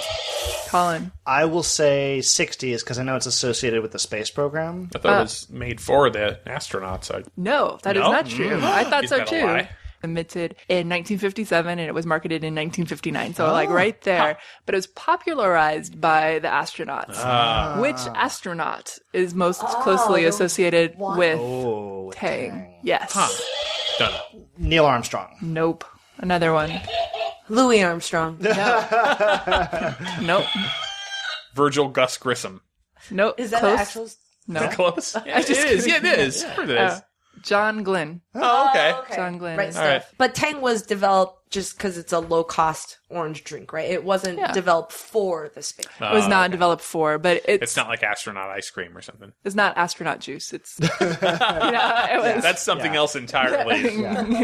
Speaker 3: Colin.
Speaker 4: I will say 60s because I know it's associated with the space program.
Speaker 5: I thought
Speaker 3: Uh.
Speaker 5: it was made for the astronauts. I,
Speaker 3: No, that is
Speaker 5: No? Mm.
Speaker 3: not true. I thought
Speaker 5: He's
Speaker 3: so
Speaker 5: gotta
Speaker 3: too.
Speaker 5: lie.
Speaker 3: Invented in 1957 and it was marketed in 1959. So,
Speaker 5: Oh.
Speaker 3: like, right there. But it was popularized by the astronauts.
Speaker 5: Ah.
Speaker 3: Which astronaut is most closely
Speaker 2: Oh.
Speaker 3: associated with
Speaker 4: Oh,
Speaker 3: Tang? Yes.
Speaker 5: don't know.
Speaker 4: Neil Armstrong.
Speaker 3: Nope. Another one.
Speaker 2: Louis Armstrong.
Speaker 3: Nope.
Speaker 5: Virgil Gus Grissom.
Speaker 3: Nope.
Speaker 2: Is that
Speaker 3: Close.
Speaker 2: the actual?
Speaker 3: No.
Speaker 5: Close. Yeah, it is. Yeah, it is. Of course it is.
Speaker 3: John Glenn.
Speaker 5: Oh, okay.
Speaker 3: John Glenn.
Speaker 2: Right
Speaker 3: is-
Speaker 2: stuff.
Speaker 5: right.
Speaker 2: But Tang was developed just because it's a low cost orange drink, right? It wasn't
Speaker 3: Yeah.
Speaker 2: developed for the space.
Speaker 3: It was not developed for, but it's,
Speaker 5: It's not like astronaut ice cream or something.
Speaker 3: it's not astronaut juice. It's you know, it was,
Speaker 5: That's something else entirely.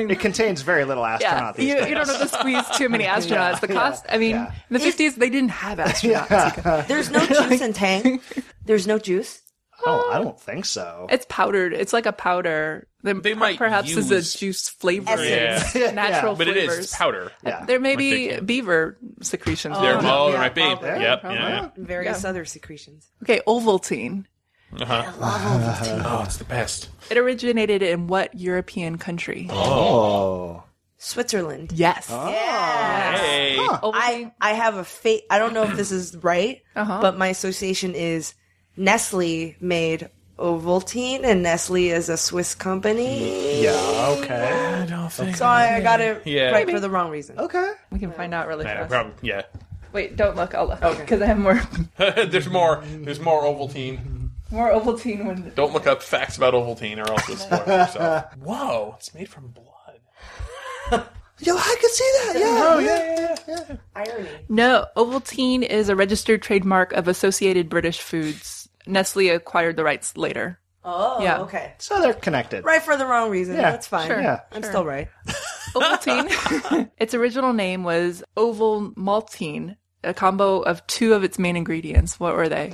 Speaker 4: It contains very little
Speaker 3: yeah.
Speaker 4: astronaut.
Speaker 3: You,
Speaker 4: these
Speaker 3: you don't have to squeeze too many astronauts. the cost. I mean, in the fifties they didn't have astronauts.
Speaker 2: There's no juice in Tang. There's no juice.
Speaker 4: Oh, I don't think so.
Speaker 3: It's powdered. It's like a powder. That
Speaker 5: They might
Speaker 3: perhaps is
Speaker 5: use-
Speaker 3: a juice flavor.
Speaker 2: Essence.
Speaker 5: Yeah.
Speaker 3: Natural
Speaker 5: But it
Speaker 3: flavors.
Speaker 5: is powder.
Speaker 4: Yeah.
Speaker 3: There may be
Speaker 5: Ridiculous.
Speaker 3: beaver secretions.
Speaker 5: There,
Speaker 3: there.
Speaker 5: oh,
Speaker 2: yeah,
Speaker 5: there might be.
Speaker 2: probably.
Speaker 5: Yep. Yeah.
Speaker 2: And various other secretions.
Speaker 3: Okay, Ovaltine.
Speaker 5: Oh, it's the best.
Speaker 3: It originated in what European country?
Speaker 4: Oh.
Speaker 2: Switzerland.
Speaker 3: Yes.
Speaker 5: Hey.
Speaker 2: I, I have a fate. I don't know if this is right, but my association is Nestle made Ovaltine, and Nestle is a Swiss company.
Speaker 4: Yeah, okay.
Speaker 5: I don't think.
Speaker 2: So I got it
Speaker 5: Yeah.
Speaker 2: right for the wrong reason.
Speaker 4: Okay.
Speaker 3: We can find out really fast.
Speaker 5: yeah.
Speaker 3: Wait, don't look. I'll look because I have more
Speaker 5: there's more. There's more Ovaltine.
Speaker 3: more Ovaltine when
Speaker 5: Don't look up facts about Ovaltine or else you'll spoil yourself. Whoa, it's made from blood.
Speaker 4: Yo, I could see that. Yeah. Oh, yeah.
Speaker 3: No, Ovaltine is a registered trademark of Associated British Foods. Nestle acquired the rights later.
Speaker 2: Oh,
Speaker 3: Yeah.
Speaker 2: okay.
Speaker 4: So they're connected.
Speaker 2: Right for the wrong reason.
Speaker 4: Yeah,
Speaker 2: That's fine.
Speaker 4: sure, yeah.
Speaker 2: I'm still right.
Speaker 3: Ovaltine. its original name was Oval Maltine, a combo of two of its main ingredients. What were they?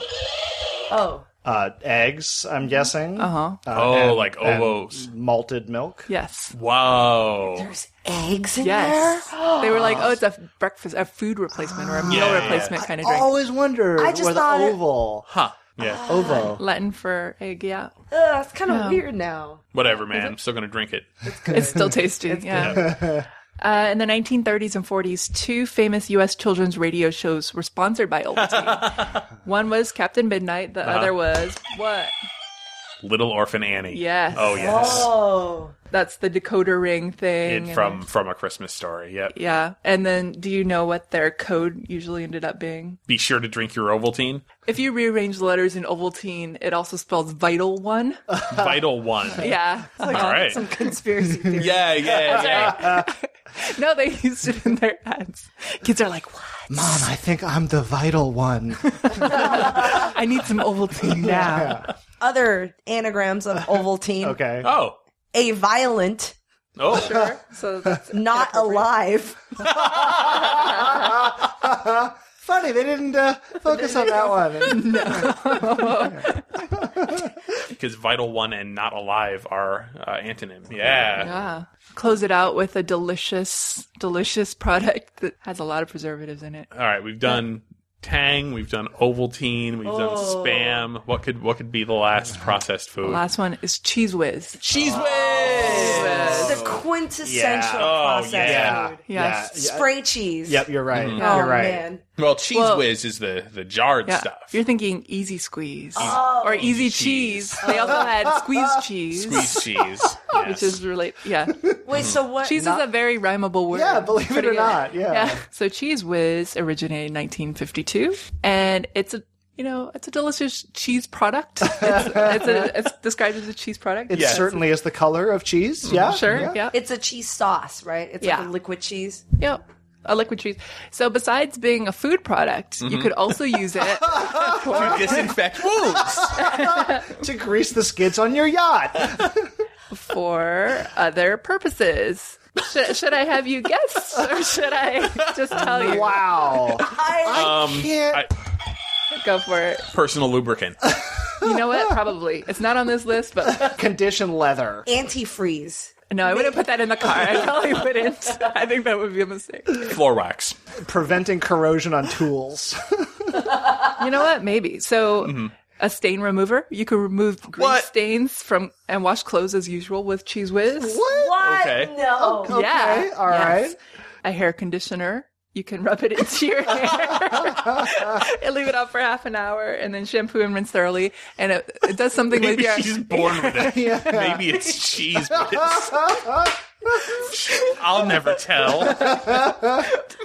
Speaker 2: Oh,
Speaker 4: Uh, eggs, I'm guessing. Uh-huh.
Speaker 5: Oh, like ovos.
Speaker 4: malted milk.
Speaker 3: Yes.
Speaker 5: Wow.
Speaker 2: there's eggs in
Speaker 3: Yes. They were like, oh, it's a breakfast, a food replacement or a meal
Speaker 5: Yeah.
Speaker 3: replacement kind of
Speaker 4: I
Speaker 3: drink.
Speaker 4: always wondered
Speaker 2: I just
Speaker 4: where the
Speaker 2: thought it-
Speaker 4: oval.
Speaker 5: Huh. Yeah.
Speaker 4: Ovo.
Speaker 3: Latin for egg, yeah.
Speaker 2: there. Ugh, that's kind of weird now.
Speaker 5: Whatever, man. I'm still gonna drink it.
Speaker 3: It's still tasty. yeah. Uh, in the 1930s and 40s, two famous U.S. children's radio shows were sponsored by Ovaltine. One was Captain Midnight.
Speaker 5: Uh-huh.
Speaker 3: The other was what?
Speaker 5: Little Orphan Annie.
Speaker 3: Yes.
Speaker 5: Oh yes.
Speaker 2: Oh,
Speaker 3: That's the decoder ring thing.
Speaker 5: It
Speaker 3: and-
Speaker 5: from from a Christmas story. Yep.
Speaker 3: yeah. And then, do you know what their code usually ended up being?
Speaker 5: Be sure to drink your Ovaltine.
Speaker 3: If you rearrange the letters in Ovaltine, it also spells vital one.
Speaker 5: Vital one.
Speaker 3: Yeah.
Speaker 5: All right.
Speaker 2: some conspiracy theory.
Speaker 5: Yeah, yeah, yeah.
Speaker 3: no, they used it in their ads. Kids are like, "What?
Speaker 4: Mom, I think I'm the vital one.
Speaker 3: I need some Ovaltine now."
Speaker 2: Other anagrams of Ovaltine.
Speaker 4: Okay.
Speaker 5: Oh.
Speaker 2: A violent,
Speaker 5: Oh.
Speaker 3: So that's
Speaker 2: not alive.
Speaker 4: Funny, they didn't uh, focus on that one.
Speaker 5: Because vital one and not alive are uh, antonym. Yeah.
Speaker 3: Yeah. Close it out with a delicious, delicious product that has a lot of preservatives in it.
Speaker 5: All right, we've done Tang, we've done Ovaltine, we've done Spam. What could what could be the last processed food?
Speaker 3: Oh. Last Oh. one is Cheese Whiz.
Speaker 5: cheese whiz.
Speaker 2: the quintessential
Speaker 4: Yeah.
Speaker 5: Oh,
Speaker 2: process.
Speaker 5: yeah.
Speaker 2: food.
Speaker 3: Yes.
Speaker 4: Yeah.
Speaker 2: Spray cheese.
Speaker 4: Yep, you're right.
Speaker 2: Oh
Speaker 4: You're right.
Speaker 2: man.
Speaker 5: Well, cheese
Speaker 3: Well-
Speaker 5: whiz is the the jarred
Speaker 3: Yeah.
Speaker 5: stuff. Oh.
Speaker 3: You're thinking easy squeeze or easy cheese. They also had squeeze cheese,
Speaker 5: Squeeze cheese.
Speaker 3: which
Speaker 5: Yes.
Speaker 3: is really yeah.
Speaker 2: Wait, so what?
Speaker 3: Cheese is a very rhymable word.
Speaker 4: Yeah, believe it or
Speaker 3: Pretty good.
Speaker 4: not. Yeah.
Speaker 3: Yeah. So Cheese Whiz originated in 1952, and it's a you know it's a delicious cheese product. It's, it's, a, it's described as a cheese product.
Speaker 4: It
Speaker 5: Yes.
Speaker 4: certainly is the color of cheese. Yeah.
Speaker 3: Mm-hmm. Sure.
Speaker 4: Yeah.
Speaker 3: Yeah.
Speaker 2: It's a cheese sauce, right? It's
Speaker 3: Yeah.
Speaker 2: like a liquid cheese.
Speaker 3: Yep. a liquid cheese. So besides being a food product, you could also use it.
Speaker 5: to disinfect wounds.
Speaker 4: to grease the skids on your yacht.
Speaker 3: for other purposes. Should, should I have you guess, or should I just tell you?
Speaker 4: Wow.
Speaker 2: I,
Speaker 4: Can't-
Speaker 5: I-
Speaker 3: Go for it.
Speaker 5: Personal lubricant.
Speaker 3: You know what? Probably it's not on this list, but
Speaker 4: Condition leather.
Speaker 2: antifreeze.
Speaker 3: no, I wouldn't put that in the car. I probably wouldn't. I think that would be a mistake.
Speaker 5: Floor wax.
Speaker 4: Preventing corrosion on tools.
Speaker 3: You know what? Maybe so. A stain remover. You could remove grease
Speaker 5: What?
Speaker 3: stains from and wash clothes as usual with Cheese Whiz.
Speaker 2: What?
Speaker 5: Okay.
Speaker 2: No.
Speaker 3: Yeah.
Speaker 4: Okay, all right.
Speaker 3: A hair conditioner. You can rub it into your hair and leave it up for half an hour, and then shampoo and rinse thoroughly. And it, it does something with
Speaker 5: Maybe
Speaker 3: your.
Speaker 5: she's born with it. Maybe it's cheese whiz. I'll never tell.
Speaker 2: But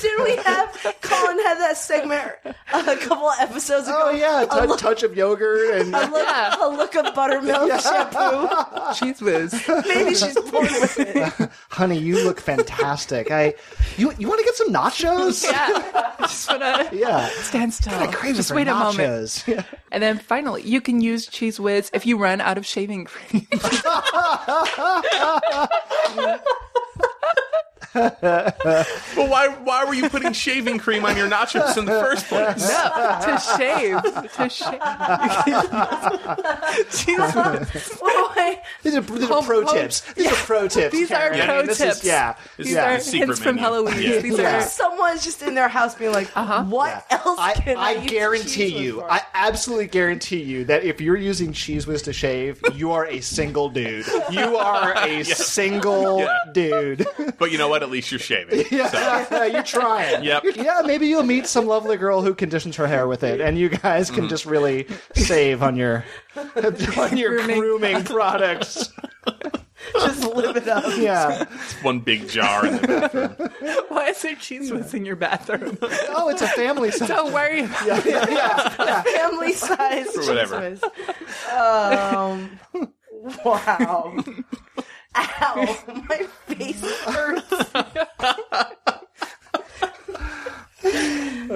Speaker 2: did we have Colin had that segment uh, a couple of episodes ago?
Speaker 4: Oh, yeah. tou- touch of yogurt and.
Speaker 2: A look, a look of buttermilk shampoo.
Speaker 3: Cheese whiz.
Speaker 2: Maybe she's born with it.
Speaker 4: Honey, you look fantastic. I, you, you want to get some nachos?
Speaker 3: Yeah. Just wanna
Speaker 4: Yeah.
Speaker 3: stand still.
Speaker 4: I crave
Speaker 3: Just
Speaker 4: for
Speaker 3: wait a moment.
Speaker 4: nachos. Yeah.
Speaker 3: And then finally, you can use Cheese Whiz if you run out of shaving cream.
Speaker 5: But why why were you putting shaving cream on your nachos in the first place?
Speaker 3: no, to shave. To shave. Cheese Whiz.
Speaker 2: What do I-
Speaker 4: These are, these are
Speaker 3: Home-
Speaker 4: pro
Speaker 3: home-
Speaker 4: tips. These are pro tips.
Speaker 3: These are
Speaker 4: Karen.
Speaker 3: pro
Speaker 4: I mean, this is-
Speaker 3: tips.
Speaker 4: yeah.
Speaker 3: These
Speaker 4: yeah.
Speaker 3: are
Speaker 5: secret
Speaker 3: hints from
Speaker 5: menu.
Speaker 3: Halloween.
Speaker 5: Yeah.
Speaker 3: These
Speaker 4: Yeah.
Speaker 3: are.
Speaker 2: Someone's just in their house being like,
Speaker 3: Uh-huh.
Speaker 2: "What else
Speaker 4: I,
Speaker 2: can I,
Speaker 4: I
Speaker 2: use
Speaker 4: guarantee
Speaker 2: cheese
Speaker 4: you,
Speaker 2: for?"
Speaker 4: I absolutely guarantee you that if you're using Cheese Whiz to shave, you are a single dude. You are a single
Speaker 5: Yeah.
Speaker 4: dude.
Speaker 5: But you know what? At least you're shaving.
Speaker 4: Yeah, you're trying.
Speaker 5: Yep.
Speaker 4: You're- yeah, maybe you'll meet some lovely girl who conditions her hair with it, and you guys
Speaker 5: Mm.
Speaker 4: can just really save on your on your grooming,
Speaker 3: Grooming.
Speaker 4: products.
Speaker 2: just live it up.
Speaker 4: Yeah.
Speaker 5: It's one big jar in the bathroom.
Speaker 3: Why is there Cheese Whiz in your bathroom?
Speaker 4: Oh, it's a family. Song.
Speaker 3: Don't worry about
Speaker 4: Yeah, yeah, yeah.
Speaker 2: Family size.
Speaker 5: Or whatever.
Speaker 3: it.
Speaker 2: Um, wow. Ow, my face hurts.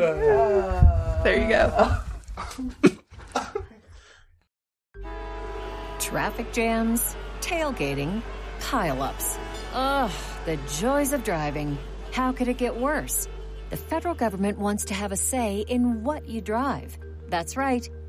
Speaker 3: There you go.
Speaker 7: Traffic jams, tailgating, pileups. Ugh, the joys of driving. How could it get worse? The federal government wants to have a say in what you drive. That's right.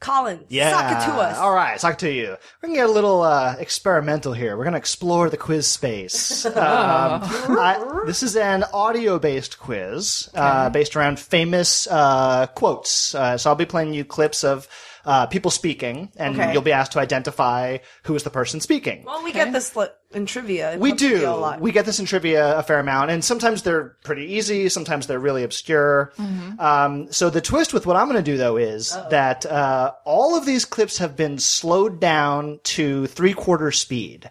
Speaker 2: Colin,
Speaker 4: Yeah.
Speaker 2: suck it to us.
Speaker 4: All right, suck it to you. We're gonna get a little uh, experimental here. We're gonna explore the quiz space. Um, I- this is an audio-based quiz uh, based around famous uh, quotes. Uh, so I'll be playing you clips of uh, people speaking, and
Speaker 2: Okay.
Speaker 4: you'll be asked to identify who is the person speaking.
Speaker 2: Well, we get this li- in trivia. It
Speaker 4: We
Speaker 2: helps you
Speaker 4: do.
Speaker 2: a lot.
Speaker 4: We get this in trivia a fair amount, and sometimes they're pretty easy, sometimes they're really obscure.
Speaker 2: Mm-hmm.
Speaker 4: Um, so the twist with what I'm going to do though is that uh, all of these clips have been slowed down to three quarter speed.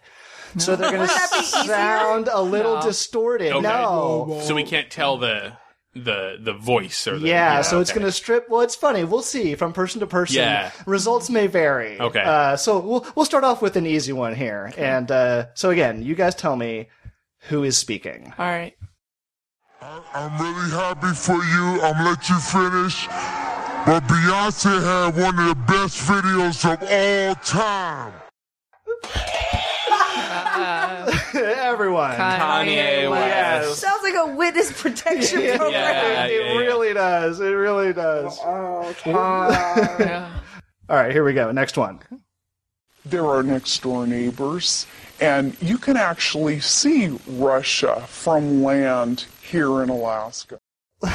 Speaker 4: So they're going to sound a little distorted.
Speaker 5: Okay.
Speaker 4: No.
Speaker 5: So we can't tell the the the voice or the
Speaker 4: Yeah, so it's
Speaker 5: okay.
Speaker 4: going to strip. Well, it's funny. We'll see from person to person.
Speaker 5: Yeah.
Speaker 4: Results may vary.
Speaker 5: Okay.
Speaker 4: Uh, so we'll we'll start off with an easy one here, and uh, so again, you guys tell me who is speaking.
Speaker 3: All right.
Speaker 8: I'm really happy for you. I'm let you finish. But Beyonce had one of the best videos of all time.
Speaker 5: Uh,
Speaker 4: Everyone.
Speaker 5: Kanye West.
Speaker 2: Sounds like a witness protection program.
Speaker 5: Yeah,
Speaker 4: it
Speaker 5: yeah, yeah.
Speaker 4: really does. It really does. All right, here we go. Next one.
Speaker 9: They're our next door neighbors, and you can actually see Russia from land here in Alaska.
Speaker 4: Uh,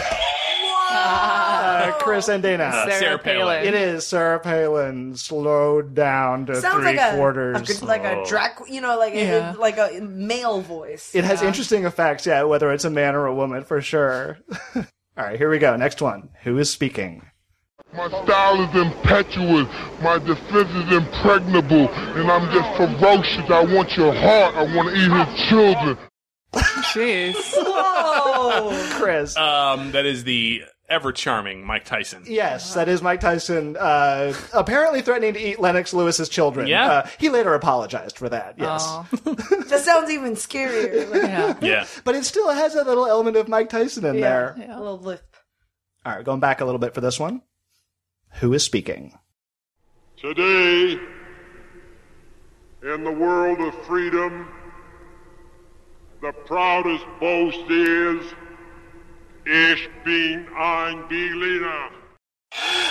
Speaker 2: Oh,
Speaker 4: Chris and Dana.
Speaker 5: Sarah Palin.
Speaker 4: It is Sarah Palin. Slowed down to
Speaker 2: Sounds
Speaker 4: three
Speaker 2: like a, a
Speaker 4: quarters. Oh.
Speaker 2: good- like a drag, you know, like
Speaker 3: Yeah.
Speaker 2: a, like a male voice.
Speaker 4: it has interesting effects, yeah, whether it's a man or a woman, for sure. All right, here we go. Next one. Who is speaking?
Speaker 8: My style is impetuous, my defense is impregnable, and I'm just ferocious. I want your heart, I want to eat his children.
Speaker 3: Jeez.
Speaker 2: Whoa!
Speaker 4: Chris.
Speaker 5: Um, that is the ever charming Mike Tyson.
Speaker 4: Yes, that is Mike Tyson uh, apparently threatening to eat Lennox Lewis's children.
Speaker 5: Yeah.
Speaker 4: Uh, he later apologized for that, yes.
Speaker 2: that sounds even scarier. Like,
Speaker 3: Oh, Yeah.
Speaker 5: Yeah.
Speaker 4: But it still has that little element of Mike Tyson in there.
Speaker 2: a little lip.
Speaker 4: All right, going back a little bit for this one. Who is speaking?
Speaker 8: Today, in the world of freedom, the proudest boast is Ich bin ein Berliner.